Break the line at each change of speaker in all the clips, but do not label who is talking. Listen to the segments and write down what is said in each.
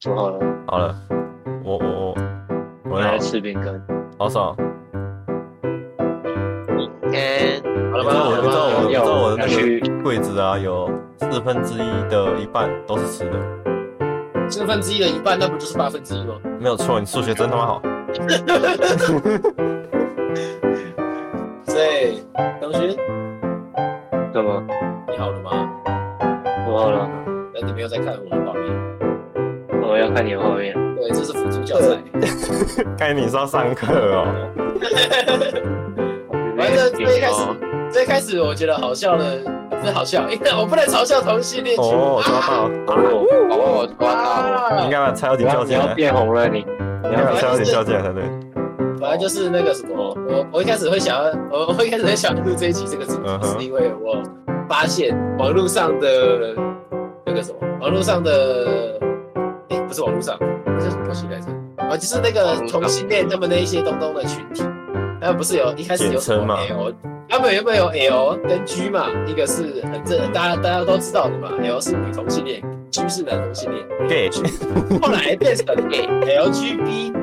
煮好了，
好了，我我我
我
我
来
要
吃饼干。
好爽。
今天
好了吧？我知道我知道我的
要
那
去
个柜子啊，有四分之一的一半都是吃的，
四分之一的一半，那不就是八分之一吗？
没有错。你数学真他妈好，
对，张勋，
干嘛？
你好了吗？
我好了，
那你没有在看我的画面？
我要看你的画面。
对，这是辅助教材。
看你是要上课哦。
反正最一开始，最一开始我觉得好笑的，真好笑，因为我不能嘲笑同性恋群。
哦，抓
啊
到，
哦，好吧，我抓到了。
你应该把蔡小姐
你
叫
要你
进
要
来，你
变红了你。
应该把蔡小姐叫进来才对。
反正就是那个什么，我我一开始会想要，我我一开始会想要录这一期这个主题
嗯哼
是因为我发现网络上的那个什么，网络上的，哎、不是网络上，这是什么东西来着？啊，就是那个同性恋他们的一些东东的群体，他们不是有一开始有什
简称嘛
么 L，他们原本有 L 跟 G 嘛，一个是很正，大家大家都知道的嘛，L 是女同性恋，G 是男同性恋。
gay
后来变成 LGBT，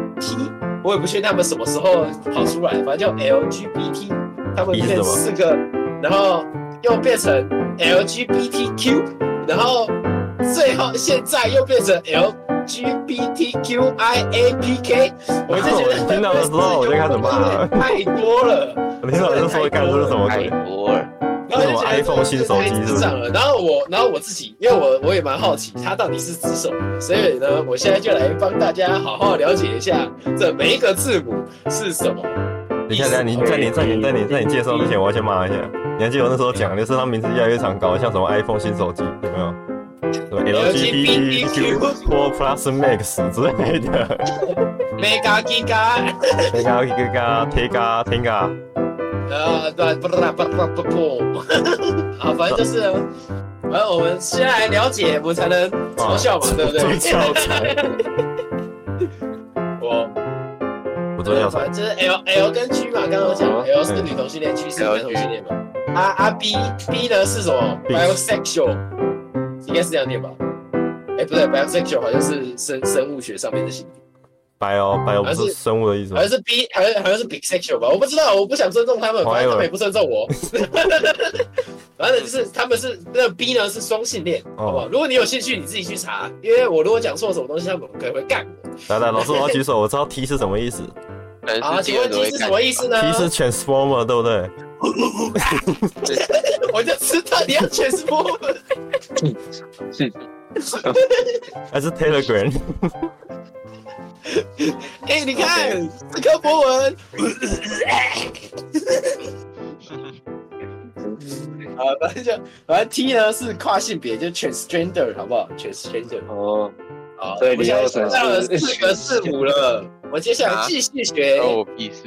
我也不确定他们什么时候跑出来，反正就 LGBT，他们
意思是什么
变四个，然后又变成 LGBTQ，然后最后现在又变成 LGBTQIAPK，我就觉得
我哦听到的时候我就开始骂了
太多了。
我听到就说干这是什么
太
鬼？
多了，
然后就觉
那
得
种 iPhone 新手机是不是
上了，然后我，然后我自己，因为我我也蛮好奇它到底是指什么，所以呢，我现在就来帮大家好好了解一下这每一个字母是什么。
等一下，等一下，你在你在你在你在你介绍之前，我要先骂一下。你还记得我那时候讲，就是他名字越来越常搞，像什么 iPhone 新手机有没有？什么
啊
LGBTQ Four Plus Max 之类
啊
的
Mega Giga，
，Tega Tega Tega Tega，
呃，对，不啦不啦不不， 好，反正就是呢，反正我们先来了解，我们才能
啊
嘲笑嘛，对不
做
对？
教材，
我
我做教材。
反正就是 L L 跟 G 嘛，刚刚我讲
嗯
L 是女同性恋，G 是男同性恋嘛。啊啊 B B 呢是什么
Bis
bisexual，应该是这样念吧？哎，不对，bisexual 好像是生生物学上面的性别，
bio bio 哦不是生物的意思吗
好像？是 B，好像好像是 bisexual 吧？我不知道，我不想尊重他们，
我还
反
以为
正他们也不尊重我。 反正就是他们是那个 B 呢是双性恋，
哦
好不好？如果你有兴趣，你自己去查，因为我如果讲错什么东西，他们可能会干我。
来来，老师我要举手，我知道 T 是什么意 思
可能
啊，
是
请问 T 是什么意思呢？
，T 是 transformer 对不对？
我就知道你要全是波纹。
是
还是 Telegram？
哎、你看这个博文啊，反正就反正 T 呢是跨性别，就 transgender 好不好？transgender
哦，
好，
对
我现
你
在
要什么
知道了四个字母了，我接下来继续学
啊关我屁事。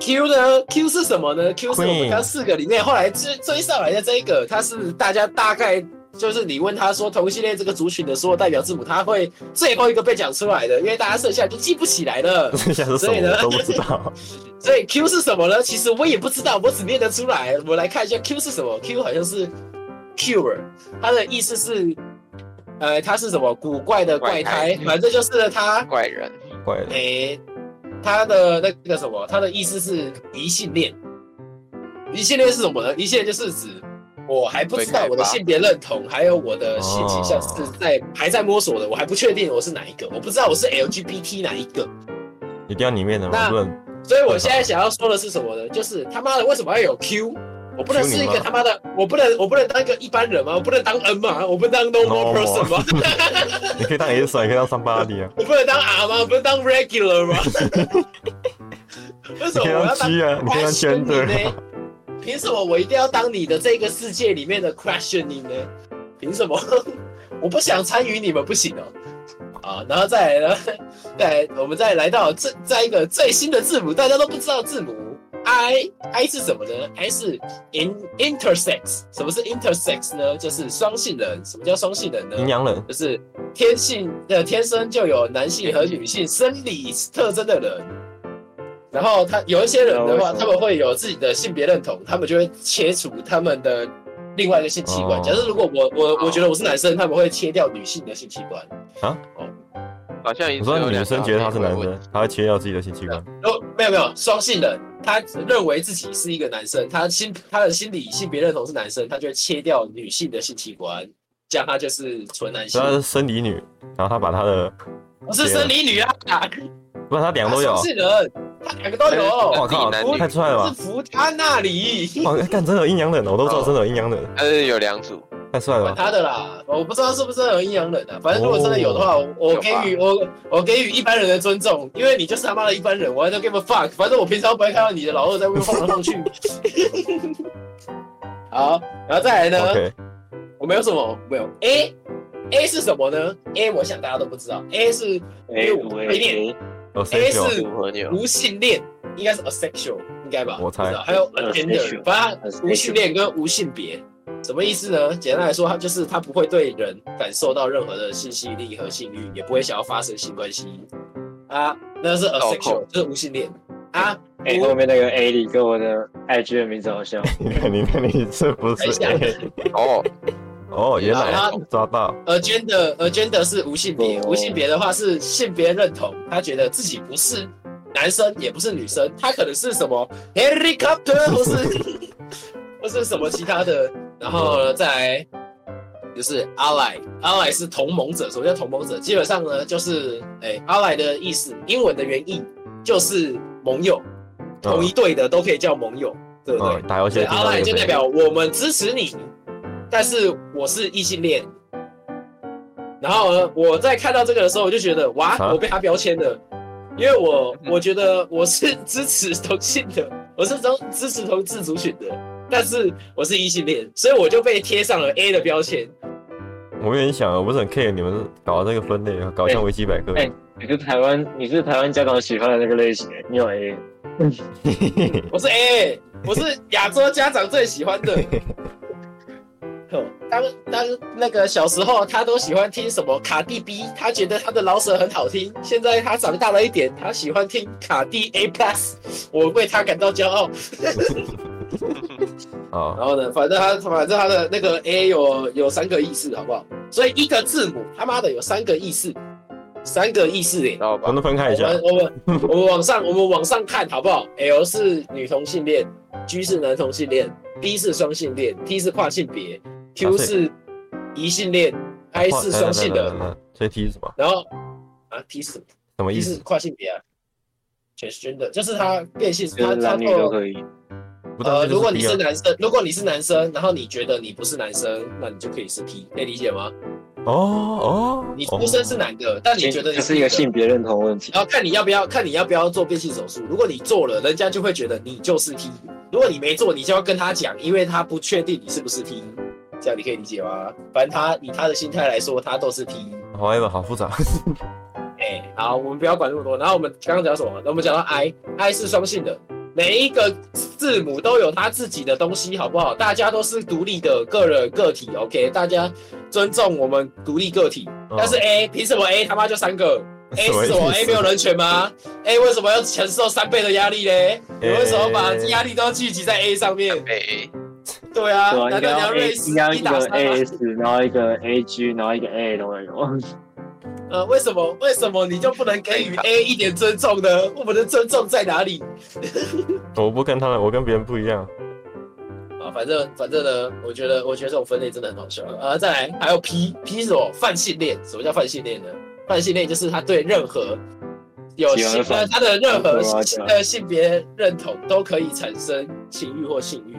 Q 呢？Q 是什么呢？Q 是我
Queen
们刚四个里面后来追追上来的这一个，它是大家大概就是你问他说同性恋这个族群的所有代表字母，他会最后一个被讲出来的，因为大家剩下都记不起来了。
剩下是什么我都不知道。
所以 Q 是什么呢？其实我也不知道，我只念得出来。我们来看一下 Q 是什么？Q 好像是 cure，它的意思是，呃，它是什么古怪的怪胎
怪，
反正就是它，
怪人，
怪了，
诶、它的那个什么，它的意思是异性恋。异性恋是什么呢？异性恋就是指我还不知道我的性别认同，还有我的性倾向是在还在摸索的，我还不确定我是哪一个，我不知道我是 LGBT 哪一个。
一定要里面的吗？
那
不能
所以我现在想要说的是什么呢？就是他妈的为什么要有 Q？我不能是一个他妈的，我不能我不能当一个一般人吗？我不能当 N 吗？我不能当 normal
Normal
person 吗？
你可以当 S 啊，你可以当 somebody 啊，
我不能当 R 吗？我不能当 regular 吗？ 为 什
你可
么
以当
我要当
G 啊，你可以当
questioning
gender
呢
啊。？
凭什么我一定要当你的这个世界里面的 questioning 呢？凭什么？ 我不想参与你们，不行哦。啊，然后再来呢？ 再来，我们再来到这再一个最新的字母，大家都不知道字母 I I 是什么呢？I 是 in intersex。什么是 intersex 呢？就是双性人。什么叫双性人呢？
阴阳人，
就是天性呃天生就有男性
哎
和女性生理特征的人。然后他有一些人的
那为
话，
什么
他们会有自己的性别认同，他们就会切除他们的另外一个性器官。
哦
假设如果我我
哦
我觉得我是男生，他们会切掉女性的性器官。
啊？
哦，
好像
我
我
说女生觉得他是 男生，他会切掉自己的性器 官。
哦，没有没有，双性人，他认为自己是一个男生，他心他的心理性别认同是男生，他就会切掉女性的性器官，这样他就是纯男性，
他是生理女，然后他把他的，
不是生理女啊，
不然他两个都有
他。双性人，他两个都有，
我靠，
男女
太帅了
是
吧！
服他那里，
哇，干真的有阴阳人哦，我都知道真的有阴阳人，
但是呃有两组，
太帅了
管
吧！
他的啦，我不知道是不是有阴阳人啊，反正如果真的有的
哦
话，我我
有吧
给予我我给予一般人的尊重，因为你就是他妈的一般人，我还能 give a fuck，反正我平常不会看到你的老二在外面晃来 晃去。好，然后再来呢
OK，
我没有什么没有 A A 是什么呢？A 我想大家都不知道，A 是
哎
五位恋
有
A
谁有？
是
组合钮，
无性恋，应该是 asexual，应该吧？
我猜
不知道还有
Asexual
agender，反
哎
正无性恋跟无性别，什么意思呢？简单来说，它就是它不会对人感受到任何的性吸引力和性欲，也不会想要发生性关系啊。那是 asexual，就是无性恋啊。
哎、
无
后面那个 A 里跟我的 IG 的名字好像，
你看，你看，你这不是
等一下
A
哦，
哦，原
然
来
后
抓到嗯
agenda agenda 是无性别，
哦
无性别的话是性别认同，他觉得自己不是男生也不是女生，他可能是什么 helicopter 或是或是什么其他的，然后呢再来就是 ally ally 是同盟者，什么叫同盟者？基本上呢就是哎、ally 的意思，英文的原意就是盟友，
嗯
同一队的都可以叫盟友，对不对？
嗯，打游戏
对
的听
阿
到
赖
有
就代
谁？
表我们支持你，但是我是异性恋。然后呢，我在看到这个的时候，我就觉得哇
啊，
我被他标签了，因为我我觉得我是 支持同性的，我是同支持同志族群的，但是我是异性恋，所以我就被贴上了 A 的标签。
我有点想，我不是很 care 你们搞这个分类，搞像维基百科。
哎你是台湾，你是台湾家长喜欢的那个类型，你有哎 A，
我是 A，我是亚洲家长最喜欢的。哦当当那个小时候，他都喜欢听什么卡蒂 B，他觉得他的老舍很好听。现在他长大了一点，他喜欢听卡蒂 A Plus，我 为他感到骄傲。
啊，
然后呢，反正他反正他的那个 A 有有三个意思，好不好？所以一个字母他妈的有三个意思，三个意思诶、
知道吧
我？们分开一下。
我们我们我们往上我们往上看好不好？L 是女同性恋，G 是男同性恋，B 是双性恋，T 是跨性别
啊
，Q
所以
是异性恋，I 是双性
来
的
来，来来来所以 T 是什么？
然后啊 T 是
什么
T
意
是
思？
跨性别啊，transgender 就是他变性，
就
他
是
他哦
男女都
透
可以。
不知道
呃，如果
就是
你
T 啊
是。男生，如果你是男生，然后你觉得你不是男生，那你就可以是 T，可以理解吗？
哦哦，
你出生是男的，但你觉得你
这是一个
女的
性别认同问题？
然后哦看你要不要，看你要不要做变性手术。如果你做了，人家就会觉得你就是 T；如果你没做，你就要跟他讲，因为他不确定你是不是 T。这样你可以理解吗？反正他以他的心态来说，他都是 T。
哦。好 e 好复杂。
哎、好，我们不要管那么多。然后我们刚刚讲什么？我们讲到 I，I 是双性的，每一个字母都有它自己的东西，好不好？大家都是独立的个人个体，OK？大家尊重我们独立个体。
哦
但是 A 凭什么 A 他妈就三 个？A
什么
是什么
意思
A 没有人权吗？A 为什么要承受三倍的压力嘞？ 你
哎
为什么把压力都聚集在 A 上面？
哎，
对啊
对，啊，
难
应该
道你
要 A，
要瑞士
应该要
一
一
打
个
三吗？
AS，然后一个 AG，然后一个 A 都会有。
呃，为什么为什么你就不能给予 A 一点尊重呢？我们的尊重在哪里？
我不跟他们，我跟别人不一样。
啊，反正反正呢，我觉得我觉得这种分类真的很好笑啊。再来还有 P P 是什么？泛性恋。什么叫泛性恋呢？泛性恋就是他对任何有
喜欢
性
泛
呃他的任何
喜欢
性
泛
呃性别认同都可以产生情欲或性欲。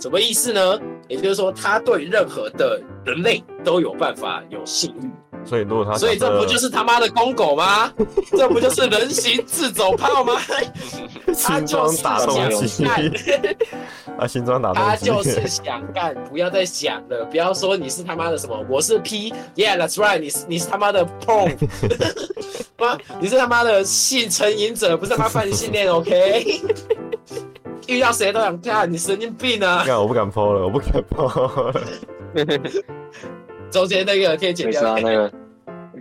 什么意思呢？也就是说，他对任何的人类都有办法有性欲，
所以如果他
所以这不就是他妈的公狗吗？这不就是人形自走炮 吗？他
新
就
装
是
打
想
洞机？
干
啊，新装打
他
洞机。
就是想干，不要再想了，不要说你是他妈的什么，我是 P，Yeah，that's right，你是你是他妈的 porn，妈，你是他妈的性成瘾者，不是他妈泛性恋，OK？遇到谁都想干，你神经病啊！
干，我不敢剖了，我不敢剖了。
中间那个可以剪
没事
掉
啊，，那个。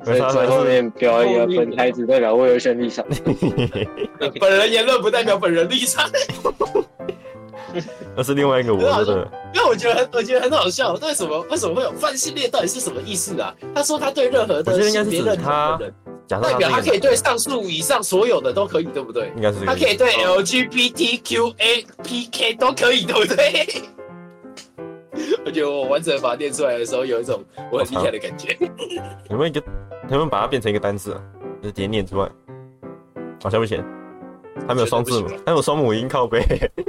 所以最后面标一个本台只代表魏有选立场，
本人言论不代表本人立场，
那是另外一个我
很好
真
笑
的，
因为我觉得很我觉得很好笑，为什么为什么会有泛性恋到底是什么意思啊？他说他对任何
我觉
的
得应该
性
是
别
指
认同
他
的人
假设
代表
它
它
是一
可
个
以对上述以上所有的都可以，对不对？
应该是这
它
个
可
意
以
思，
对 LGBTQAPK 都可以，对不对？我觉得我完整把它念出来的时候，有一种我很厉害的感觉。
有没有一个有没有把它变成一个单字啊？就是直接念出来，好像不行，它没有双字母
绝对不行，
它有双母音靠背，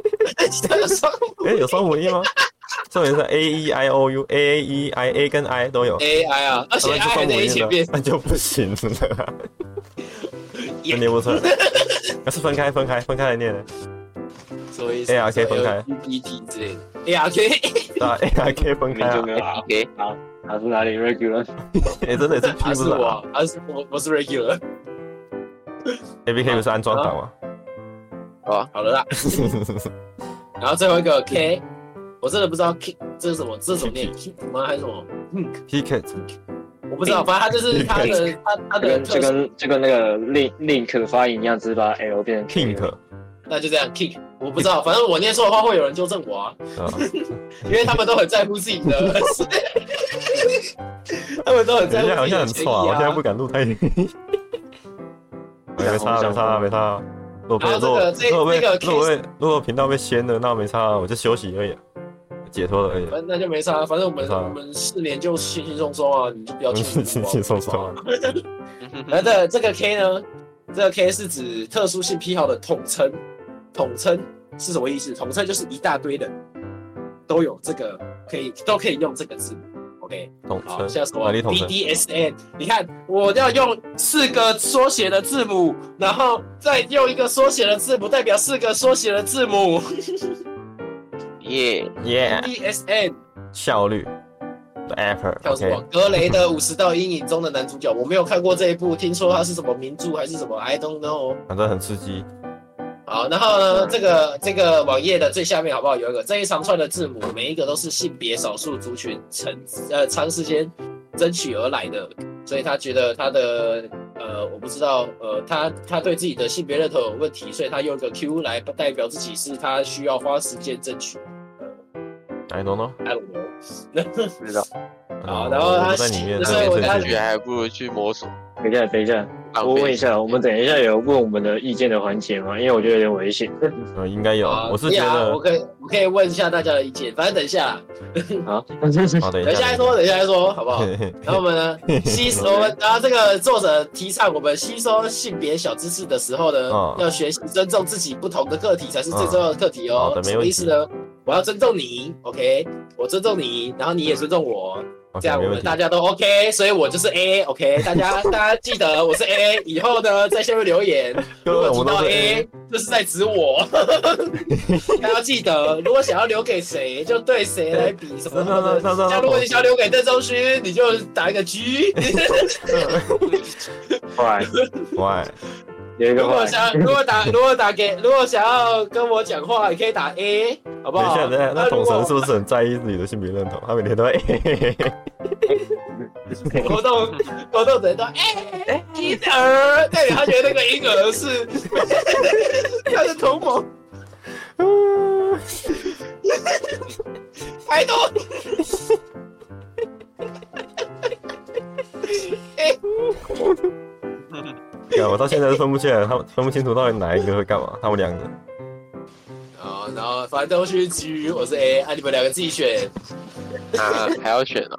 这个双
哎、有双母音吗？重点是 A E I O U A A E I A 跟 I 都有，
AI 啊，而且
那
I
就
还
双母
在
音
前
了
面，，
那就不行了，
也
那念不出来，那是分开分开分开来念的，
什么意思
ARK 分开
，GPT 之类的，ARK
啊 A I K 分
你
开
就
啊，
没
哎
有打，
给
打是哪里 regular？
哎、真的也是拼
他
不
啊是
出来
我，他是我，我是 regular。
，A B K 不是安装档吗？
啊好了啦，然后最后一个 K，我真的不知道 K 这是什么，这是怎么念 K 吗？还是什么？
Picket，
我不知道，反正他就是他的他他
这
的
跟
特
这
色，
跟这跟那个 link link 的发音一样，只是把 l 变成 K
pink，
那就这样 kick。我不知道，反正我念错的话会有人纠正我啊，
啊，
因为他们都很在乎自己的， 他们都很 在
人
乎
家好像
自己的
很
权
错啊，我现在不
益啊。
敢录太。 哎没差啊没差没差，如果被
然
如
后
果
这个
如果被
这这个
如果被如果频道被掀了，那没差，啊我就休息而已，解脱了而已。啊
反正那就没啥，反正我们
没差
我们四年就轻轻松松啊，你就不要
嗯
轻
轻 轻松松啊。
然后这这个 K 呢，这个 K 是指特殊性癖好的统称，统称是什么意思？统称就是一大堆人都有这个可以都可以用这个字。OK，
统
好，
称
像什
哪
么
里统称？
BDSN，你看我要用四个缩写的字母，然后再用一个缩写的字母代表四个缩写的字母
耶，
耶，
BDSN，
效率，Apple
叫什么
OK，？
格雷的五十道阴影中的男主角，我没有看过这一部，听说它是什么名著还是什么？I don't know。
反正很刺激。
好，然后呢，这个这个网页的最下面好不好？有一个这一长串的字母，每一个都是性别少数族群长呃长时间争取而来的，所以他觉得他的呃我不知道呃他他对自己的性别认同有问题，所以他用一个 Q 来代表自己是他需要花时间争取。
I don't know，
I don't know
不知道，
好然后
嗯我
他
不在里面，
所
在
以
里
我
面
大
生
感
家
气
觉。还不如去摸索。
等一下，等一下，
浪费
我问一下，我们等一下有问我们的意见的环节吗？因为我觉得有点危 险。
呃，应该有，
啊
我是
可以
觉
啊
得
我，可以我可以问一下大家的意见，反正等一下啦，
好，
好，等
等
一
一下
下
再说，等一下再说，好不好？
嘿 嘿
然后我们呢，吸收我们，然后这个作者提倡我们吸收性别小知识的时候呢，
嗯
要学习尊重自己不同的个体才是最重要的课题
好
哦。
啊的没
什么
问
意
题
思呢？我要尊重你，OK，我尊重你，然后你也尊重我，
OK，
这样
没问
我们
题。
大家都 OK，所以我就是 A，OK，、大家大家记得我是 A，以后呢在下面留言，如
各位，
果提
我们
到
都是
A，就是在指我， 大家记得，如果想要留给谁，就对谁来比什么
那那
什么的。
那那
像如果你想要留给邓中勋，你就打一个 G。
坏，
喂，
有一个
啊
如果
坏。
想如果打如果打给如果想要跟我讲话，你可以打 A，好不
等一
好？
下，等一下，那
如
统
果
神是不是很在意自己的性别认同？他每天都会，
活动活动人都哎婴儿，代表他觉得那个婴 儿是他是同盟。I don't。
干我到现在都分不清来，他们分不清楚到底哪一个会干嘛。他们两个，
哦，然后反正都是 G，我是 A，啊，你们两个自己选。
啊，还要选啊？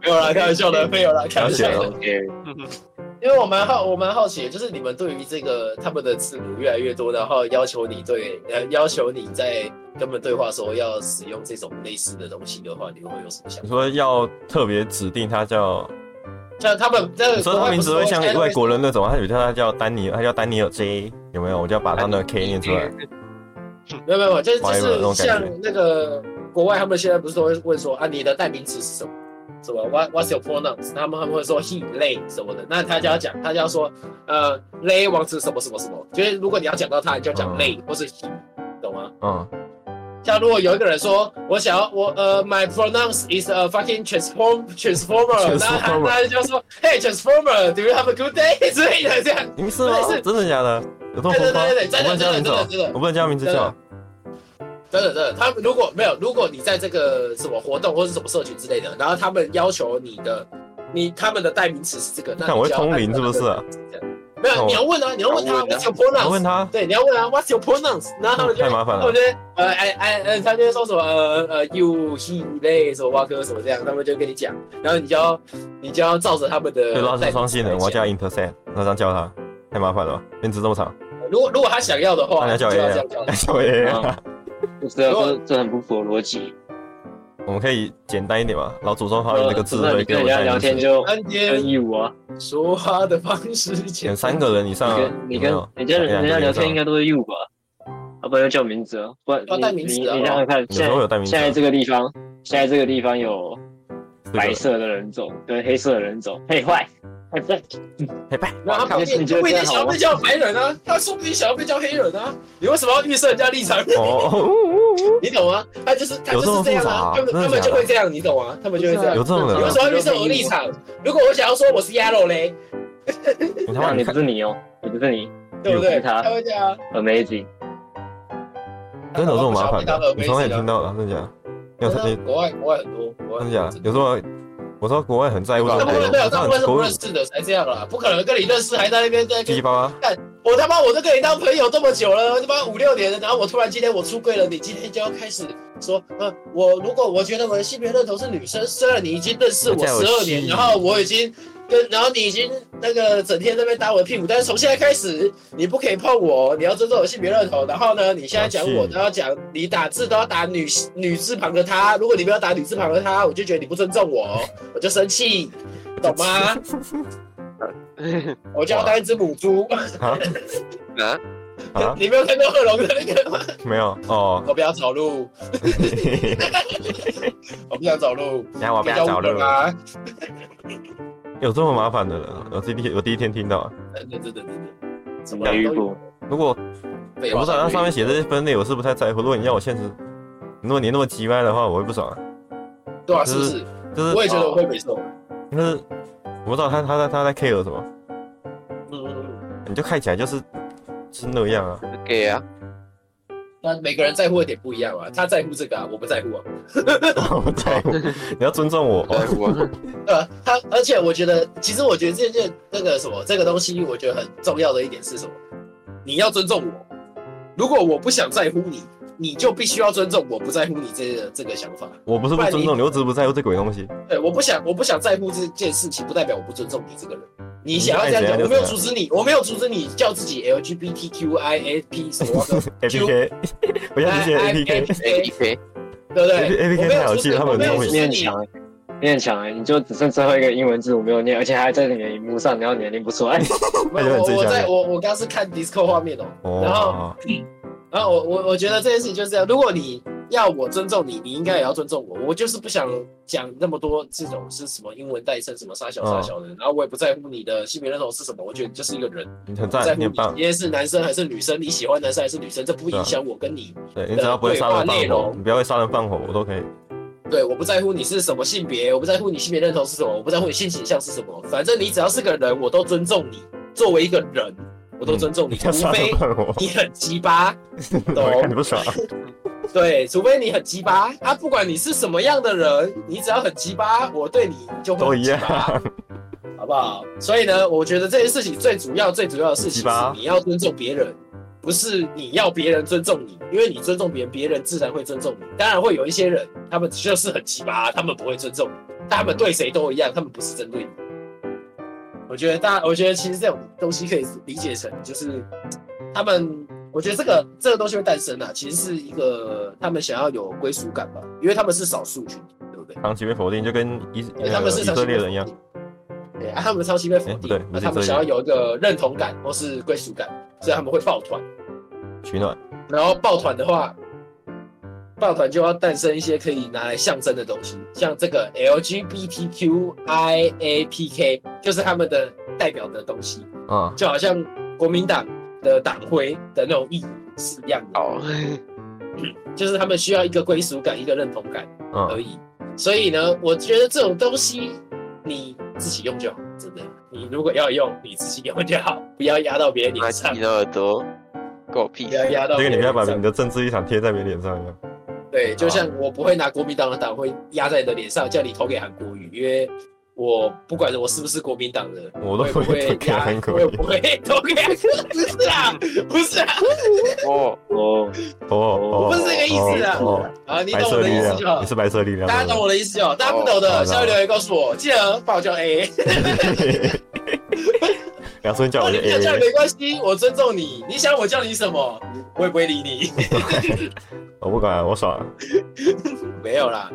没有啦，开玩笑的，没有啦，开玩笑
了解
的
了。
OK，
因为我蛮好，我蛮好奇的，就是你们对于这个他们的字母越来越多，然后要求你对，呃，要求你在跟他们对话的时候要使用这种类似的东西的话，你们会有什么想
你
法？
说要特别指定他叫，
像他们哎这
你
个
说他
国外
名
不是
字会像
现在都
外国人那种，他有叫他叫丹尼尔，他叫丹尼尔 J，有没有？我就要把他那个 K 念出 来。
没有没有，就是就
外国人那种
是
感觉
像那个国外，他们现在不是都会问说啊，你的代名词是什么？什么？What What's your pronouns？他们他们会说 he、they 什么的，那他就要讲，他就要说呃，they 王子什么什么什么，就是如果你要讲到他，你就要讲
嗯
they、或是 he，懂吗？
嗯，
像如果有一个人说，我想要我呃，my pronouns is a fucking transform transformer，那他
Transformer
那就说，Hey transformer，do you have a good day 之类的这样。
你是吗？真的假的？有这么疯
对对
吗？我
对对，真
不
的
能叫
真
名字
的
哦，
真的
我不能叫名字叫。
真的真的，他们如果没有，如果你在这个什么活动或是什么社群之类的，然后他们要求你的，你他们的代名词是这个，那
看我会
你就要
通灵
按照
是不是啊
这个这样没有，
哦
你要问啊，你要问他
要问啊
What's your pronouns？
我问他，哦
对，你要问啊，What's your pronouns？然后他们就
太麻烦
他
了。
们就会呃哎哎呃，他就会说什么呃呃 you he they 什么哇哥什么这样，他们就跟你讲，然后你就要你就要照着他们的
对，拉
代
是
码
双性人，
来
我要
讲
加 intercept，那这样叫他，太麻烦了吧，名字这么长，
如果如果他想要的话，
那
你
要叫
就要
A
这
啊
样叫，
要。叫 A 啊。
不知道这这很不符合逻辑。
我们可以简单一点嘛，老祖宗发明这个智
不是
慧
你
给
呃跟
我
人家
们
聊
加
天
一点。
就
干
就
爹
义务啊，
说话的方式
有
简
三个人以上
你跟你
啊，有
跟
没有
人家人家聊天应该都是义务吧？要不然就叫名字啊，不然
要带
你
名字
你
啊
你想想看，
有时
现
候有
在
带名字
现
啊，
在这个地方，现在这个地方有
四个
白
人
色的人种跟黑色的人种，嘿坏，
嘿拜，
然后他不一定
你觉得
不一
这
定
样
想要
好吗
被叫白人啊，他说不定想要被叫黑人啊，你为什么要预设人家立 场？
哦哦哦，
你懂吗？他就是他就
有这
是
么
这样
复杂
啊
啊，
他们
真的
他们
假的
就会这样，你懂吗？他们就会这样
有。这种人
你为
啊
什么要预设我立场？如果我想要说我是 yellow 嘞，
你他
然
妈
后
你
你不
看，
是你哦，你不是你
对不对？
有他
他会这样啊。
，amazing，
真的有这么麻烦
他
的
们，不
你
想
从哪
要被
里
当
听到的？真的假的？你有
耳
你
背子啊国外国外很多，国外
真
很
的假
多
的？有时候我知道国外很在乎这
大
种
部
东西，我
分没有，
知
大
道
部分是不
国
认识的才这样啊啦，不可能跟你认识还在那边在
七七八八。
我他妈我都跟你当朋友这么久了，他妈五六年了，然后我突然今天我出柜了，你今天就要开始说，呃，我如果我觉得我的性别认同是女生，虽然你已经认识我
那叫
十二年，
戏
然后我已经跟，然后你已经那个整天在那边打我的屁股，但是从现在开始你不可以碰我，你要尊重我性别认同。然后呢，你现在讲我
那是
都要讲，你打字都要打女女字旁的她，如果你没有打女字旁的她，我就觉得你不尊重我，我就生气，懂吗？我就要当一只母猪。
啊
啊
啊，
你没有看到贺龙的那个吗？
没有哦，
我不要走路，我不想走路，
然后我不要找路，
啊！
有这么麻烦的人啊，我第一天我第一天听到啊。
等等等等等，什么
没遇过，
如果
废
我
话
不知道它上面写这些分类，我是不太在乎。如果你要我现实，如果你那么急歪的话，我会不爽啊。
对啊，是不是？
就是
我也觉得我会没送。
就是我不知道他他在他在 care 什么，
嗯，
你就看起来就是就是那样啊。
，gay 啊，
那每个人在乎的点不一样啊，他在乎这个啊，我不在乎啊。
我不在乎，你要尊重我。
在乎啊，
呃，他而且我觉得，其实我觉得这件那个什么，这个东西，我觉得很重要的一点是什么？你要尊重我。如果我不想在乎你，你就必须要尊重我不在乎你这个这个想法。
我不是不尊重你，我只是不在乎这鬼东西。
对，我不想，我不想在乎这件事情，不代表我不尊重你这个人。你想要这样讲，我没有阻止你，我没有阻止你叫自己 LGBTQIAP 什 么的哎
A P K，我 现在是 A P K，
哎一 k
对不对
APK
我没有阻止，
太好记了他们
我
很
没有
聪
阻
明
止
你很
你，
强欸，你很强哎，你就只剩最后一个英文字母没有念，而且还在你的荧幕上，然后你还念不出 来，
我
他就很
我
正
我
向
在我我刚是看 Disco 画面哦，然后
哦，
然后我我我觉得这件事情就是这样，如果你要我尊重你，你应该也要尊重我。我就是不想讲那么多这种是什么英文代称，什么傻小
啊
傻小的，然后我也不在乎你的性别认同是什么，我觉得你就是一个人，
你很
不在
赞，
乎
你
你
很棒
今，天是男生还是女生，你喜欢男生还是女生，这不
啊
影响我跟你
对你只要不会杀人放火，你不要会杀人放火，我都可以。
对，我不在乎你是什么性别，我不在乎你性别认同是什么，我不在乎你性倾向是什么，反正你只要是个人，我都尊重你。作为一个人，我都尊重你，
嗯你要
除
杀人
非
放火，
你很鸡 巴，
我看你不爽。
对，除非你很鸡巴啊！不管你是什么样的人，你只要很鸡巴，我对你就会
都
很
一
鸡
样
巴，好不好？所以呢，我觉得这件事情最主要、最主要的事情
鸡
是
巴
你要尊重别人，不是你要别人尊重你，因为你尊重别人，别人自然会尊重你。当然会有一些人，他们就是很鸡巴，他们不会尊重你，但他们对谁都一样，他们不是针对你。我觉得大家，我觉得其实这种东西可以理解成就是他们，我觉得这个这个东西会诞生啊，其实是一个他们想要有归属感吧，因为他们是少数群体，对不对？
长期被否定，就跟 以
对他
那个
们是
啊以
长
色
期被
列
否
人一样，
定。对啊，他们长期被否
哎不
定，
对
那
不是以色
他们
列
想要有一个认同感或是归属感，所以他们会抱团。
取暖。
然后抱团的话，抱团就要诞生一些可以拿来象征的东西，像这个 LGBTQIAPK 就是他们的代表的东西，
啊，
就好像国民党的党徽的那种意义是一样的，
好，
就是他们需要一个归属感、一个认同感而
嗯，
已。所以呢，我觉得这种东西你自己用就好，真的。你如果要用，你自己用就好， 不要压到别人
那
脸上
你，的耳朵，够屁
不，要压到
这
别
个你
人
不要把啊
脸上
你。的政治立场贴在别人脸上一样。
对，就像我不会拿国民党的党徽压在你的脸上，叫你投给韩国瑜，因为我我不管我是不是国民党人，
我都
也不
会
会
投给
压
韩，国
我也不
瑜
会投给韩国瑜，不是啦，不是啦，
哦，
哦，
哦哦，
不是这个意思
啊
啊！
哦
啊，你
白
懂我
色
的
力
意思就
量，
好
你。是白色力量，
大家懂我的意思就好，大家不懂
哦
的，
哦
下面留言告诉我，记得帮我叫 A，
梁春叫
那
我
你
就哎
没有叫
A，
没关系，我尊重你，你想我叫你什么，我也不会理你。
我不管，我爽。
没有啦，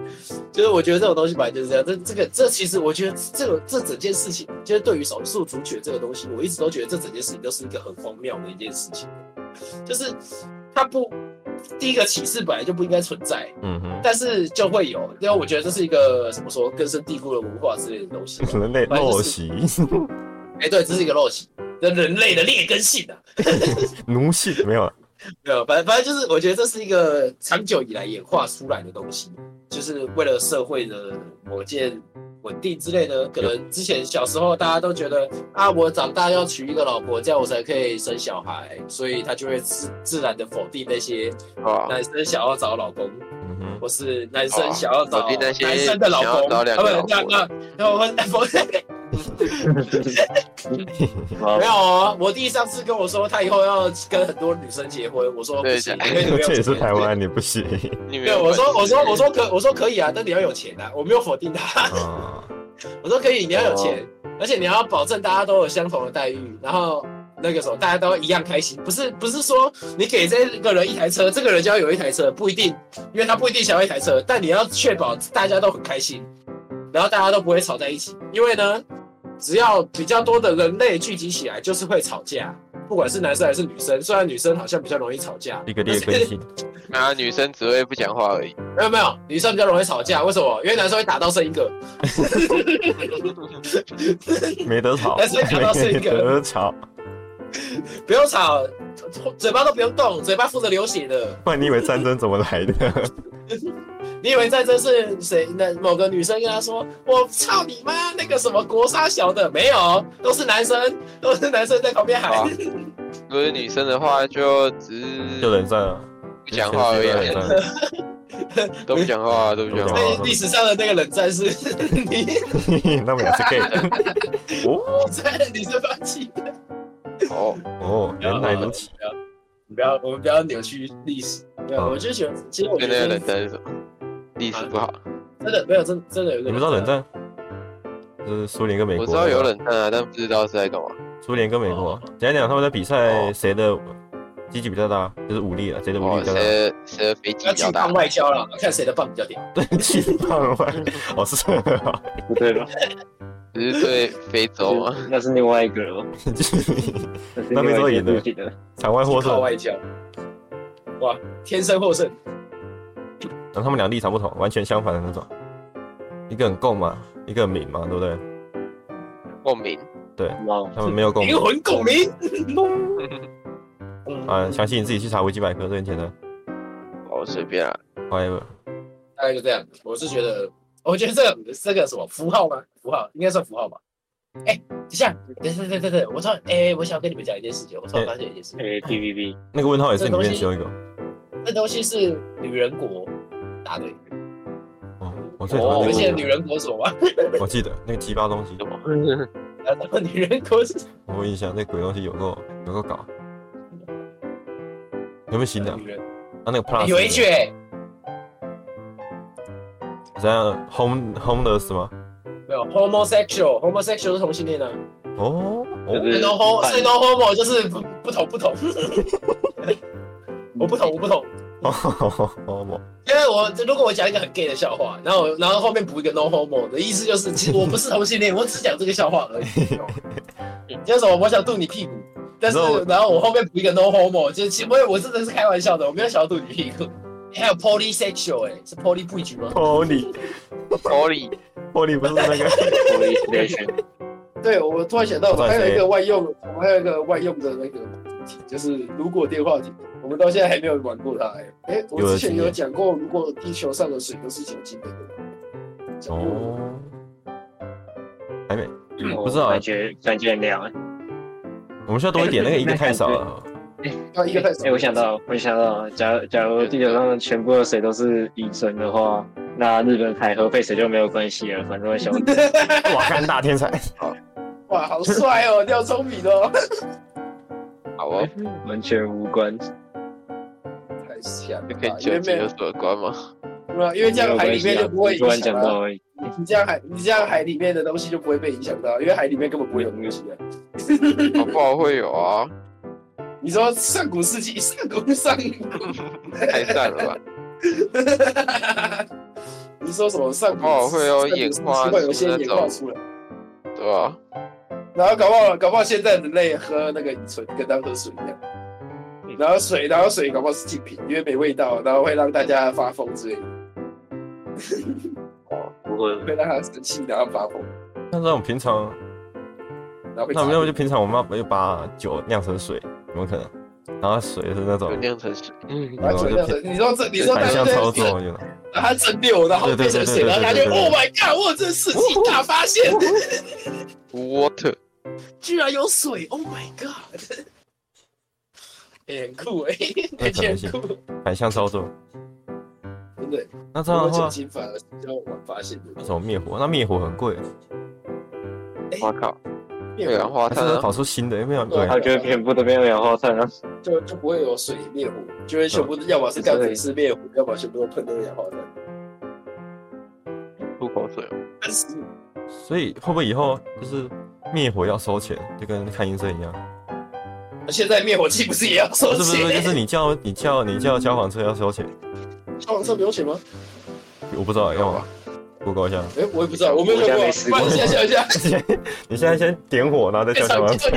就是我觉得这种东西本来就是这样。这这个这其实我觉得这个这整件事情，就是对于少数族群这个东西，我一直都觉得这整件事情都是一个很荒谬的一件事情，就是它不第一个歧视本来就不应该存在，
嗯 哼，
但是就会有。因为我觉得这是一个怎么说根深蒂固的文化之类的东西吧。
人类陋习、
哎、对，这是一个陋习，这人类的劣根性啊。
奴性没有了。
没有，啊反正反正就是，我觉得这是一个长久以来演化出来的东西，就是为了社会的某件稳定之类的。可能之前小时候大家都觉得啊，我长大要娶一个老婆，这样我才可以生小孩，所以他就会自自然的否定那些
哦，
男生想要找老公，
嗯哼，
或是男生想要找
否定那
男
些
生的老
想要
公，
找两
啊
个老
不，
婆
那那那我们 否定
好
没有哦。我弟上次跟我说，他以后要跟很多女生结婚，我说不
对
行，
对
因为你没有
这也是
钱
台湾，你不行
你没
对，
有
我说我
本事
说我说可我说可以啊，但你要有钱啊，我没有否定他，
啊。
我说可以，你要有钱，
哦
而且你要保证大家都有相同的待遇，然后那个什么大家都一样开心，不是不是说你给这个人一台车，这个人就要有一台车，不一定，因为他不一定想要一台车，但你要确保大家都很开心，然后大家都不会吵在一起，因为呢，只要比较多的人类聚集起来，就是会吵架。不管是男生还是女生，虽然女生好像比较容易吵架，
一个
但
劣
是
根性，
啊，女生只会不讲话而已。
没有没有，女生比较容易吵架，为什么？因为男生会打到剩一个，
没得 吵，
但是看到是一
没
个
得吵。
不用吵，嘴巴都不用动，嘴巴负责流血的。
不然你以为战争怎么来的？
你以为战争是谁？那某个女生跟他说：“我操你妈！”那个什么国杀小的没有，都是男生，都是男生在旁边喊。
哦
啊如果是女生的话，就只
就是冷战啊，
不讲话而已
全世界都冷战
啊，都不讲话啊，都不讲话
所。以历史上的那个冷战是你
啊 那么也是 gay。哦
在你是放弃的。
哦，
哦，原来如 此。
不要，我们不要扭曲历史。对，
好
我就觉得，其实我觉
现在的
得
冷战是什么？历史不好，
真的没有真真的有一个
你不知道冷战？就是苏联跟美国。
啊我知道有哦冷战啊，但不知道是在干嘛。
苏联跟美国。讲一讲他们在比赛谁的机器比较大，就是武力了，啊谁的武
哦，
力比较大。
谁的谁的飞机
要
比
去
较大
看？外交了，看谁的棒比较屌。
气棒 外，哦是这个啊，
不对了，
只是对非洲吗？
那是另外一个了，是另外一
那边都
个
赢了
自己的。
场外获胜
靠。外交。哇，天生获胜，
然后他们俩立场不同，完全相反的那种，一个很共嘛，一个很民嘛，对不对？
共鸣。
嗯
哇哦，
他们没有共
哎
鸣
灵魂共哎鸣。 嗯
啊，详细你自己去查维基百科，这很简单。
哦，随便啊。
However，
大概就这样。我是觉得，我觉得这个这个什么符号吗？符号应该算符号吧。哎、等一下，等等等等等，我突然，哎、我想跟你们讲一件事情，我突然发现一件事情，
诶，B B B，
那个问号也是里面修一个。
那东西是女人国答对，
哦，我最讨厌
你
哦
们记
那
得
个
女人国什么吗？
我记得那个鸡巴东西，
然后女人国是
我有印象那鬼东西有够有够搞，有没有新的？
女人，
他那个 plus
有一句哎、
怎样 home homeless 吗？
没有 homosexual，homosexual 是同性恋啊，
哦
就
哦
是
no homo，所
半
以 no homo 就是不不同不同，我不同我不同。
哦 哦，
因为我如果我讲一个很 gay 的笑话，然后我然后后面补一个 no homo 的意思就是，其 实我不是同性恋，我只讲这个笑话而已。 叫什么？我想肚你屁股，但是
然后
然后我后面补一个 no homo，就是其实我也我真的是开玩笑的，我没有想要肚你屁股。还有 polysexual，哎、是 poly 不局吗？
玻璃
玻璃
玻璃不是那 个
Police Station，
对，我突然想到，我
我
还
还
有
有
一
一
个
个
外用，我还有一个外用的那个就是如果电话亭，我们到现在还没有玩过它、哎、我
有了
之
之前经
前
验
有
有
讲过，如果地球上的水都是酒精的，
哦，还没，
嗯
我
不知道
嗯
啊
感觉感觉很凉啊。
我们需要多一点，那个一个太少了。
要一个
欸
太少。
哎，我想到，我想到，假如假如地球上全部的水都是乙醇的话，那日本海和废水就没有关系了，反正会消
嗯
失。
哇，干大天才！
哇，好帅哦，你好聪明哦，
好哦，
完全无 关。
太香了
就
吧，
跟
因
酒
为
精
没
有
有
什么关
啊
吗？
没有，因为这样海里面就不会
突
影
然
响
啊讲
到，
到而已，
你这样海你这样海里面的东西就不会被影响到，因为海里面根本不会有东西的。
搞不好会有啊，
你说上古世纪， 上古上
太赞了 吧！
古，你说什么上古
搞不好会有演化
上古世纪会有一些
出那
演化
种
出来。
对吧？
然后搞不好，搞不好现在人类喝那个乙醇跟当喝水一样，然后水，然后水搞不好是禁品，因为没味道，然后会让大家发疯之类的，
不会，
会让他生气，然后发疯，
那这种平常，
然后会
那没
查
有就平常我妈不会把酒酿成水，有没有可能？然后水是那种
就，酿成水，嗯，
把酒酿成，你说这，你说
反
他
向操
对，
作，就
把它蒸馏，然后变成水，然后他就 Oh my God，我这世纪大发现，
water，
居然有水，Oh my God，很酷哎，很酷，
反向操作。
真的，
那这样
我
的
酒
话，
精反而比较晚发现
那怎么灭火？那灭火很贵，
我靠，二
的
氧，化
还
碳
是
啊，
跑出新的，因为很贵。
他觉得全部都变二氧化碳啊了。
就就不会有水灭火，就会全部
嗯
要么是干粉式灭火，要么全部都喷二氧化碳。
吐口水，哦
但是
所以会不会以后就是灭火要收钱，就跟看医生一样？
现在灭火器不是也要收
不哦是不是，就
钱？
是你叫你叫你叫消防车要收钱，
消防车不用钱吗？
我不知道要吗？Google 一下。
哎，我也不知道，我没有用
我家
过
没试。过
帮你想想一下，
你现在先点火，然后再叫消防车，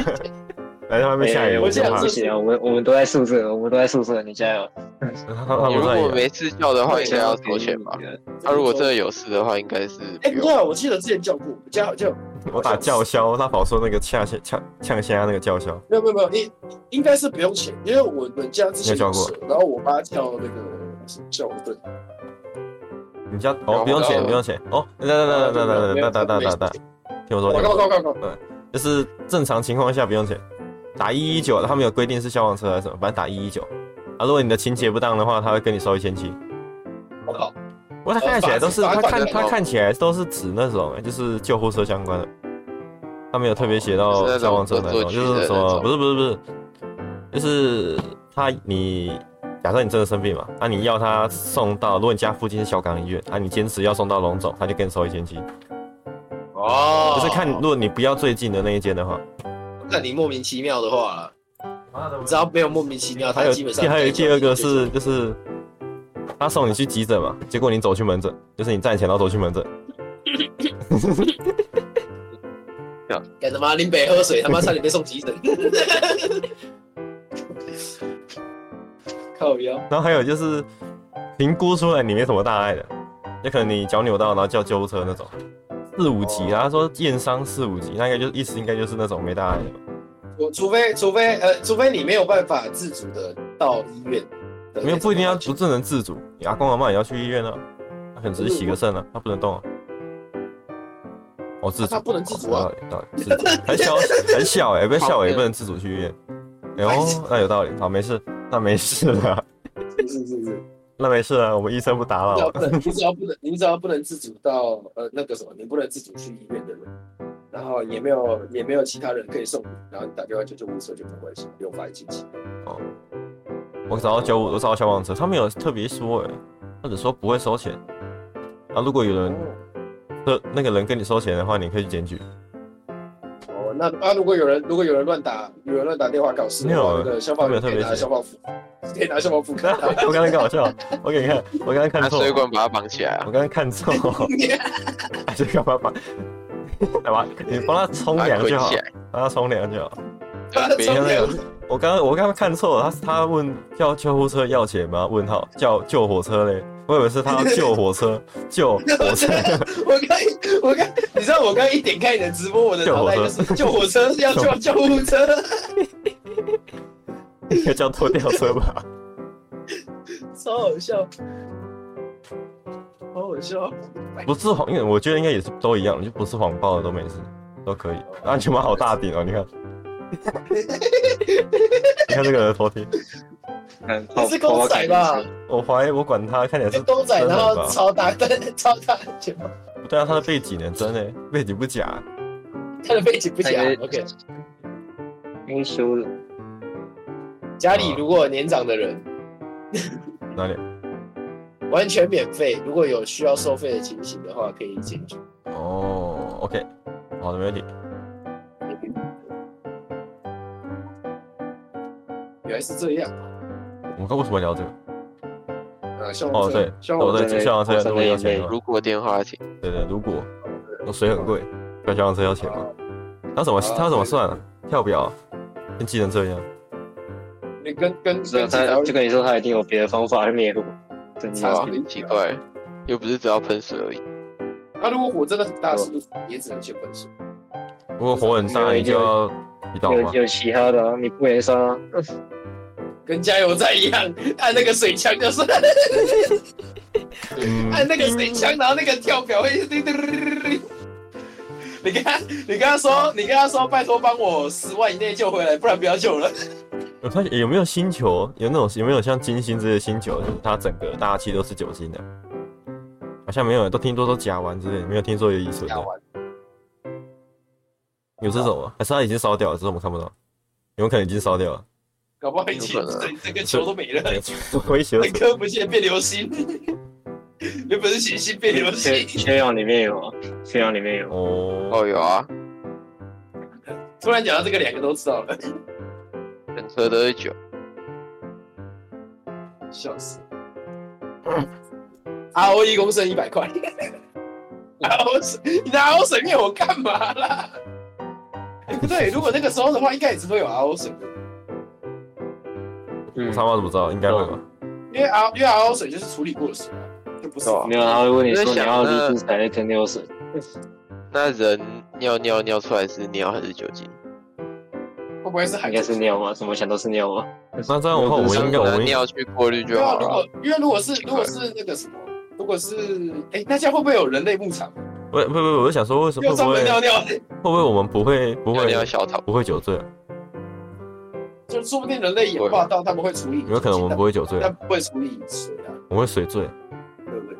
来他们下雨，
我
我就
这样
怕
不。行啊，我们我们都在宿舍，我们都在宿舍，你加油。
他 他
你
们
如
在
果
演，
没事叫的话，应该要收钱吧？他如果真的有事的话，应该是不
哎，不
用
对啊，我记得之前叫过，我家好像
我打叫嚣，他跑出那个呛呛呛虾那个叫嚣，
没有没有没有，你应该是不用钱，因为我们家之前有蛇然后我妈叫那个叫对，
你家哦不用钱不用钱哦，那那那那那那那那那那，听我说，
我靠靠靠靠，
就是正常情况下不用钱，打一一九，他们有规定是消防车还是什么，反正打一一九。啊，如果你的情节不当的话，他会跟你收一千七。
我靠，
不过他看起来都是
呃
他
罚款
看
罚款
他看起来都是指那种就是救护车相关的，他没有特别写到
哦就是那种
消防车那
恶
种，
作剧
就是
的
什
那
么
种
不是不是不是，就是他你假设你真的生病嘛，啊你要他送到，如果你家附近是小港医院，啊你坚持要送到龙总，他就给你收一千七，
哦
就是看如果你不要最近的那一间的话，
看你莫名其妙的话啦，你只要没有莫名其妙，
还
他
有
基本上
还有第二个是就是他送你去急诊嘛，结果你走去门诊，就是你站起来然后走去门诊，
干他妈林北喝水，他妈差点被送急诊。靠腰，
然后还有就是评估出来你没什么大碍的，就可能你脚扭到，然后叫救护车那种，四五
哦
级啊，他说验伤四五级，那应该就是意思应该就是那种没大碍的吧，
我除非除非呃，除非你没有办法自主的到医院的那种，
没有不一定要不能自主，你阿公阿妈也要去医院啊，他可能只是洗个肾啊，他不能动啊。哦，自主
他不能自主啊
有道理，有道 理，自主很 小很小哎、不要笑我，也不能自主去医院。哎呦，那有道理，好没事，那没事了，
是是是是，
那没事了，我们医生不打
你只要
扰。
不能，你只要不能，你只要不能自主到呃那个什么，你不能自主去医院的人，然后也没有也没有其他人可以送你，然后你打电话去救护车就没关系，不用发一千七。
我找到九五，我找到消防车，他们有特别说哎、或者说不会收钱。啊，如果有人
哦
那那个人跟你收钱的话，你可以去检 举。
哦，那啊，如果有人如果有人乱打，有人乱打电话搞事的话，
没有啊
那个消防员
特
可
别
以拿
特别
消防服，可以拿消防服看他。
我刚才搞笑，我给你看，我刚才
哎
拿
看错，
水管把它绑起来啊
我！刚才看错，还是干嘛 把？干嘛？你帮他冲
把它
凉
捆
就好
起，来，
帮他冲凉就好。
别
你
像
看那
那
个
个，
我刚刚我刚刚看错了，他他问叫救护车要钱吗？问号叫救火车嘞？我以为是他要救火车， 救火车。
我刚我刚，你知道我刚一点开你的直播，我的脑袋就是救火车 是要叫救护车，
应该叫拖吊车吧？
超好笑，好好笑。
不是谎，因为我觉得应该也是都一样，就不是谎报的都没事，都可以。安全帽好大顶哦，你看，你看这个人的头贴，
看
你是公仔吧？
我怀疑我管他，看起来是
公仔，
真嗯
然
人
后
吧
超大但超大安全帽，
对啊，他的背景呢，真的背景不假，
他的背景不
不
假。OK，
晕输了，
家里如果有年长的人，
哪里？
完全免费，如果有需要收费的情形的话，可以解决。
哦，OK，好的，没问题。
原来是这样
我们刚为什么聊这个？
啊！像
哦，
我这
对
样，，像
我
我
对
这
消防车
我真的
要如果要钱
也
的话，
如果电话亭，
对对，如果那水很贵，不要消防车要钱吗？他怎么
啊
他怎么算啊？跳表啊跟技能车一样？
你跟跟
是啊，
跟其
他
他
就跟你说他一定有别的方法来灭火，真
对
的
吧
啊
是。？
奇怪，又不是只要喷水而已。
那如果火真的很大，是不是也只能先分手？
如果火很大，你就要你倒吗
有？有其他的啊，你不能杀 啊，
跟加油站一样，
嗯
按那个水枪就是，
嗯，
按那个水枪，然后那个跳表会。你跟他，你跟他说，你跟他说，拜托帮我十万以内救回来，不然不要救了。
我发现有没有星球？有那种有没有像金星之类的星球，就是它整个大气都是酒精的？好像没有，都听说都甲烷之类的，没有听说有乙醇的。有这种吗？还是它已经烧掉了，只是我们看不到？有没有可能已经烧 掉了？
搞不好一起
有可能
整整个球都没了，
威胁
整颗不见变流星，原本是血星变流
缺
星，
缺氧里面有啊，缺氧里面有。
哦，
哦，有啊，
突然讲到这个，两个都知道了，
整车都是酒。
笑死。RO 一公升一百块，RO 水，你拿 RO 水灭 E 我干嘛啦？哎不对，如果那个时候的话，应该也是会有 E RO 水的，
嗯
我他妈怎么知道？应该会吧？
因为 R 因为 RO 水就是处理过的水啊，就不是
对啊
没有，他会问你说
我在
你
想
要
那
荔枝才跟流水，
那人尿尿尿出来是尿还是酒精？
会不会是海
应该是尿吧？怎么想都是尿吧？
那这样的话，我
我
应该我
拿
们
尿去过滤就
对啊，
好
如
了。
果因为如果是如果是那个什么，如果是哎、那这样会不会有人类牧场？
不不不，我就想说，为什么
又
会
专
不
门
会
尿
会
尿，
不会我们不会不
尿尿
会
小草，
不会酒醉？
就说不定人类演化到他们会处理，
有可能我们不会酒醉，啊
但不会处理水啊，
我们会水醉。
对不对？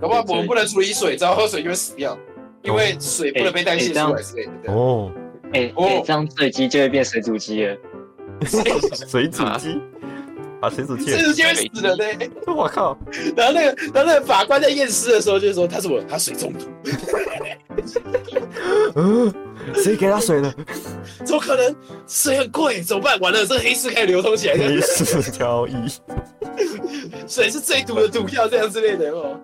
搞不好我们不能处理水，只要喝水就会死掉，因为水不能被代谢出来之类 的。
哦，
哎、
哦
哎、这样醉鸡就会变水煮鸡了。
水煮鸡啊，水煮鸡
这，是就会死人嘞、
我靠！
然后那个，然后那个法官在验尸的时候就说：“他是我，他水中毒，
嗯， 谁给他水的？
怎么可能？水很贵，怎么办？完了，这黑市开始流通起来，
黑市交 易。
水是最毒的毒药，这样之类的哦。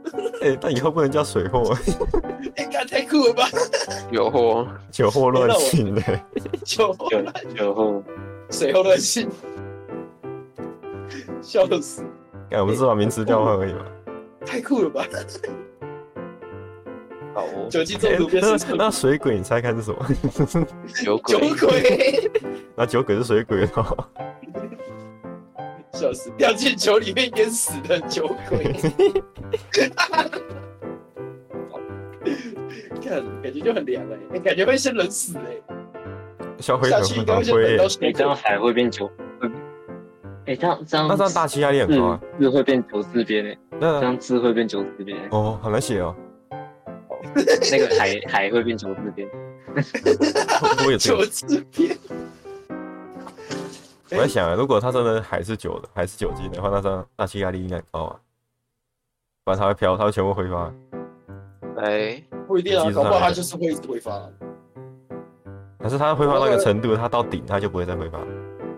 哎、但以后不能叫水 货，
哎、干太酷了吧！
有货。
酒货乱性的。
就
酒酒后，
水后乱性，笑死。”
哎，我们是把名词调换而已嘛。
太酷了吧！
好哦，
酒精中
哎
毒变成什
那
么
那水鬼，你猜看是什么？
有
酒
鬼。
鬼，
那酒鬼是水鬼 哦。
笑死！掉进酒里面淹死的酒鬼， 看感觉就很凉哎、欸感觉会先冷死哎、
小
欸，
灰
下
很
去应
会
该会
很
先冷
灰
到
耶。
水
哎、这样
果。
海会变酒，会哎、这样这样，
那这样大气压力很高啊。
字字会变九字边诶，
嗯
这
那
样字会变九字边欸，
哦，好难写哦。
那个海海会变九字边，
我也这
酒
个。
制片，
我
哎
在想，如果它真
嗯
的还是酒的，还是酒精的话，那这样大气压力应该很高啊。不然它会飘，它会全部挥发。
来，
不一定啊，
其实
搞不好
还
它
是
就是会一直挥发，
可是它挥发到一个程度，它到顶，它就不会再挥发。哦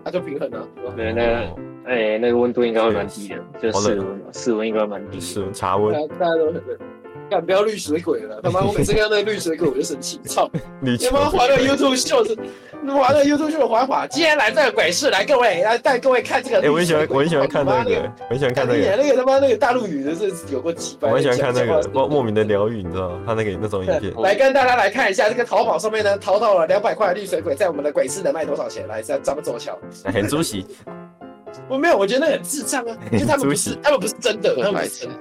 它就平衡了、啊。
对，那个哎、那个温度应该会蛮低的，就
好
室
冷啊
温嘛，室温应该蛮低的。
是茶
大
温
家大家都很累，干不要绿水鬼了，他妈我每次看到那个绿水鬼我就生气，操！
你
你们滑到 YouTube 秀是，滑到 YouTube 秀滑滑，今天来这个鬼市，来各位来带各位看这个。
哎、我很喜欢，我很喜欢看那个，我很喜欢看那
你
个，
那个他妈那个大陆语的是有过几百。
我很喜欢看那个，莫莫名的疗愈，你知道吗？他那个那种影片，
来跟大家来看一下这个淘宝上面呢，淘到了两百块的绿水鬼，在我们的鬼市能卖多少钱？来，咱咱们走瞧。
很出 息。
我没有，我觉得那很 智障啊，因为他们不是，他们不是真的，他们
更白
不是
痴
真。的。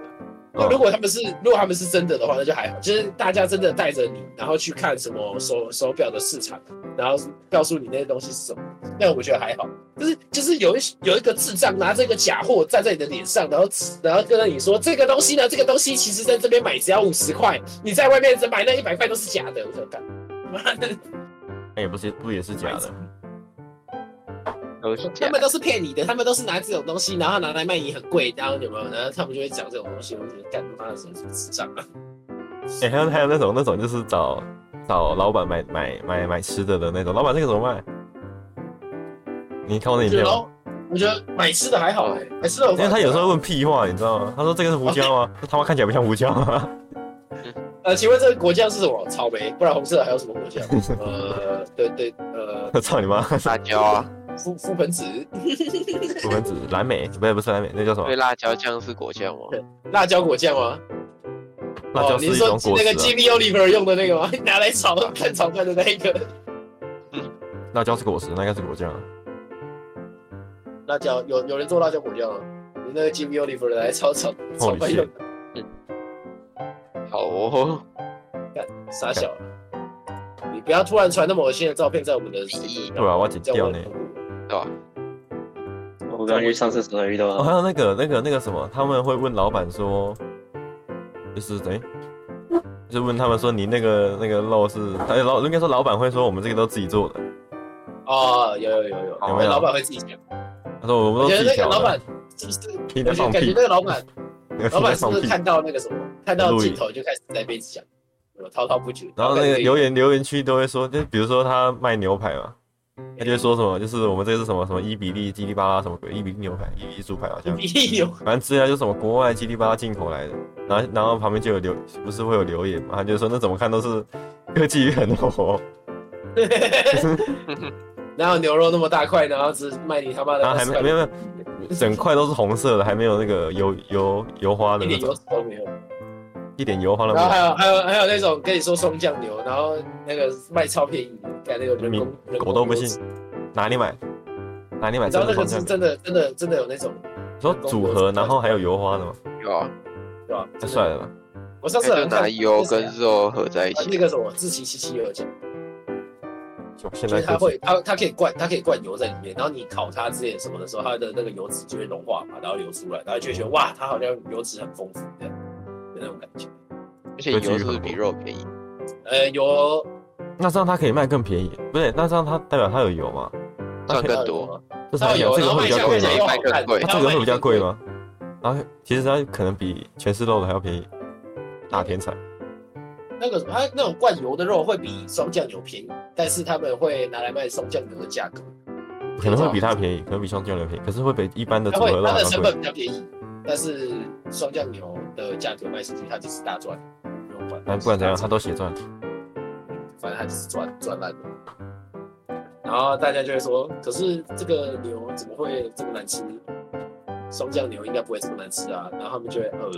那如
哦，
果他们是，如果他们是真的的话，那就还好。就是大家真的嗯带着你，然后去看什么手手表的市场，然后告诉你那些东西是什么。那我觉得还好。就是就是有一有一个智障拿这个假货站在你的脸上，然后然后跟你说这个东西呢，这个东西其实在这边买只要五十块，你在外面只买那一百块都是假的，我说干，妈的，
那也不是不也是假的，
都是假
他们都是骗你的，他们都是拿这种东西，然后拿来卖你很贵，然后有没有？然后他们就会讲这种东西，我就觉得干他妈的什么智障啊！
哎、还有还有那种那种就是找找老板买买买买吃的的那种，老板这个怎么卖？你看我那
我
影
觉
片
得
哦吗，
老，我觉得买吃的还好哎、买吃的我
因为他有时候会问屁话，你知道吗？他说这个是胡椒吗？
哦
这他妈看起来不像胡椒啊！
呃，请问这个果酱是什么？草莓，不然红色还有什么果 酱？呃，对对，呃，
我操你妈！
辣椒啊，
覆覆盆子、
我们只蓝莓，不是不是蓝莓，那叫什么
对，？辣椒酱是果酱吗？
辣椒果酱吗？
辣椒
哦
是
你
一
是说
种果
那
实、
个
啊，
Jimmy Oliver 用的那个吗？ 拿来炒蛋炒饭的那一个
辣椒是果实，那应该是果酱啊。
辣椒，有有人做辣椒果酱吗？你那个 Jimmy Oliver 拿来炒炒炒饭用的，
好哦，
傻小。你不要突然传那么恶心的照片在我们的
对啊吧？我要剪
在
掉
我
呢
们。
对吧？
我刚去上厕所遇到
哦，
他，
还有那个那个那个什么，他们会问老板说，就是等于，就问他们说你那个那个肉是，哎老应该说老板会说我们这个都自己做的，
哦，有有有有，
有
我
没
们
有
老板会自己讲。
他说我们
我
都
觉得
自己
那
调
个老
的
板。是不是？
听他
我觉得
放
感觉
屁
那，个老板，
听
老
他
板是
放
不是
屁。
看到那个什么，看到
录影
镜头就开始在被讲，我滔滔不绝。
然后那个
感觉
留言留言区都会说，就比如说他卖牛排嘛，他就会说什么，就是我们这个是什么什么伊比利、叽里巴拉什么鬼，伊比利牛排、伊比利猪排好 像，
一有
反正资料就是什么国外叽里巴拉进口来的。然后然后旁边就有留，不是会有留言嘛，他就说那怎么看都是科技与狠活，
哪有牛肉那么大块，然后只卖你他妈的
然后
二
还
十
没
块？
没有没有，整块都是红色的，还没有那个油油油花的
一
那
点油
种，
脂都没有。
一点油花都没
然后还
有。
有还有还有那种跟你说松酱牛，然后那个卖超便宜，干那个人
你
工人
狗
工
都不
油脂
信，哪里买？哪里买
你知
真
道
的
那
黄
个是
酱？
真的真的真的有那种
说组合，然后还有油花的吗？
有啊，
对吧？
太
真的
帅！了吧！
我上次
那
好
就
像
拿
看
油
那个谁
跟
啊
肉合在一
啊
起
那。个什么自欺欺欺有讲，
就现
就
在
是它
科技
会它它可以灌它可以灌油在里面，然后你烤它之类的什么的时候，它的那个油脂就会融化嘛，然后流出来，然后就会觉得哇，它好像油脂很丰富这样，有那种感觉。
而且油是不是比肉便宜？
呃，油
那这样它可以卖更便宜，不是？那这样它代表它有油吗？
赚
那可以
更多，
就是它
它有
有
油，
啊这
然
个
后
会
卖
比较
相看
贵吗
起来？又好
卖
看
更，贵
它
然后
这个会比较贵
卖
吗？然后其实它可能比全是肉的还要便宜，大天才！
那个什么，它那种灌油的肉会比松酱牛便宜，但是他们会拿来卖松酱牛的价格，
可能会比它便宜，可能比双酱牛便宜，可是会比一般的
它
组
会
合肉
它
还
的
要
成
贵
本。比较便宜，但是松酱牛的价格卖出去，它就是大赚，不用管。
反正不管怎样，它都血赚。
反正它就是赚赚烂的。然后大家就会说，可是这个牛怎么会这么难吃？松酱牛应该不会这么难吃啊。然后他们就会呃，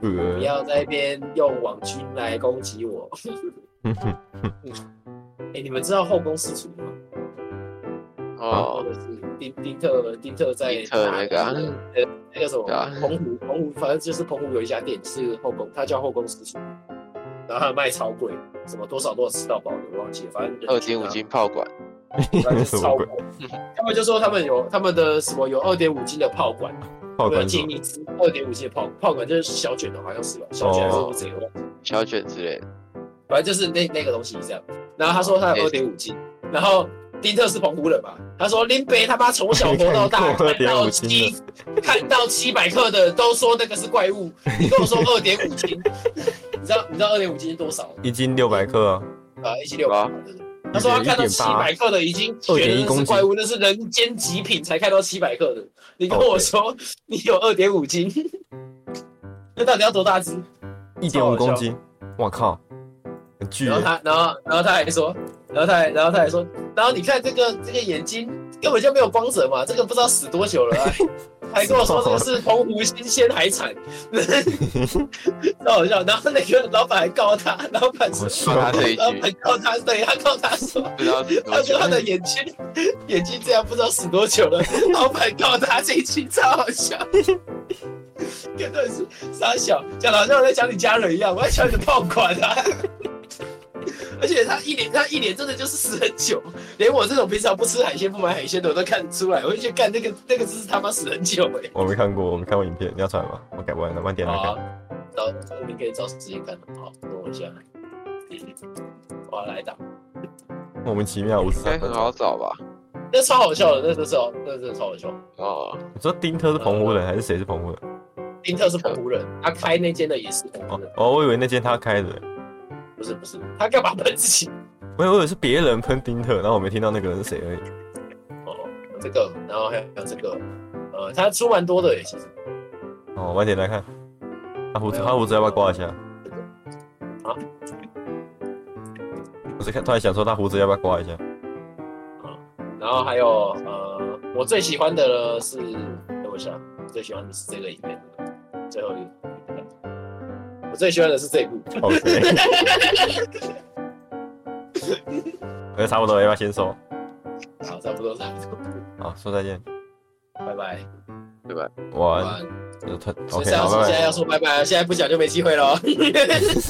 不
呃，
要在那边用网军来攻击我。
哼 哼
哎、你们知道后宫私厨吗？或
哦，
者是丁丁特丁特在
丁特那个啊
呃那个什么
对啊
澎湖澎湖，反正就是澎湖有一家店是后宫，它叫后宫私厨，然后它卖超贵，什么多少多少吃到饱的，我忘记了，反正人
二
均
斤五
啊
斤炮管，
反正就
什
是
么
超
鬼
过。他们就说他们有他们的什么有二点五斤的炮管，
炮
我有
管什
建
么？
议吃二点五斤的炮炮管就是小卷的，好像是吧？小卷还是
哦
乌贼，我忘记了
小卷之类的。
反正就是那那个东西这样。然后他说他有二点五斤，然后丁特是澎湖人嘛，他说林北他妈从小活到大，
看过
看到
2.5斤
七看到七百克的都说那个是怪物，你跟我说二点五斤， 你知道你知道二点五斤是多少吗？
一斤六百克啊，
啊，一七六八。对他说他看到七百克的已经觉得那是怪物，那是人间极品才看到七百克的。你跟我说你有二点五斤，那到底要多大只？
一点五公斤，我靠，很巨
然后
耶！
他，然后，然后他还说，然后他还，然后他还说，然后你看这个这个眼睛根本就没有光泽嘛，这个不知道死多久了、还还跟我说这个是澎湖新鲜海产，超好笑。然后那个老板还告他，老板说
好，帅
骂他这一
老
句
板告他，对他告他说。
不知道是多
他
久
说，他的眼睛，眼睛这样不知道死多久了。老板告他这一句超好笑，真的是傻小，讲得好像我在讲你家人一样，我在讲你的炮管啊。而且他一脸他一脸真的就是死很久，连我这种平常不吃海鲜不买海鲜的我都看得出来，我就觉得干那个那个真是他妈死很久哎、
我没看过，我没看过影片，你要传吗？我改完了，晚点来
好
看。
啊，找我们可以找时间看。好，等我一下，我要来打。
莫名其妙五十
应该
三
哎
分
哎很
钟
好。找吧？
那超好笑的，那那时候那真的超好笑。
哦，
你说丁特是澎湖人还是谁是澎湖人？
丁特是澎湖人，他开那间的也是澎湖
哦
人，
哦，我以为那间他开的，
不是不是，他干嘛喷自己？
我以为是别人喷丁特，然后我没听到那个人是谁而已。
哦，有这个，然后还有还有这个，呃，他出蛮多的耶，其实
哦，晚点来看。他胡子，他胡子要不要刮一下？
啊？
我是看突然想说他胡子要不要刮一下？
然后还有呃，我最喜欢的呢是，等我一下，我最喜欢的是这个影片，最后一个，我最喜欢的是这一部，
好 谁？哎，差不多，要不要先收？
好，差不多差不多，
好，说再见。
拜拜。
哇，
晚安
呃他
所以
OK，
上
好，
次
拜
现在
拜
要。说拜拜了，现在不讲就没机会 了，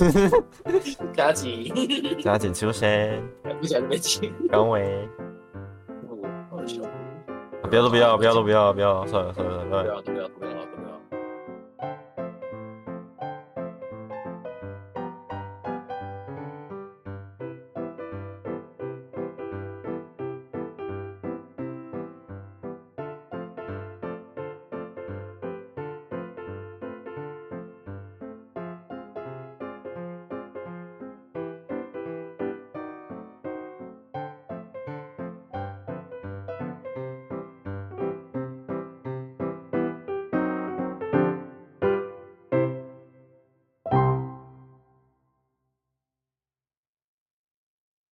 加急，
加紧出声，
不讲就没机会。
高伟。
好笑
啊不要都不要，不要都不要，不要，算了算了算
不
了。
要不要不要。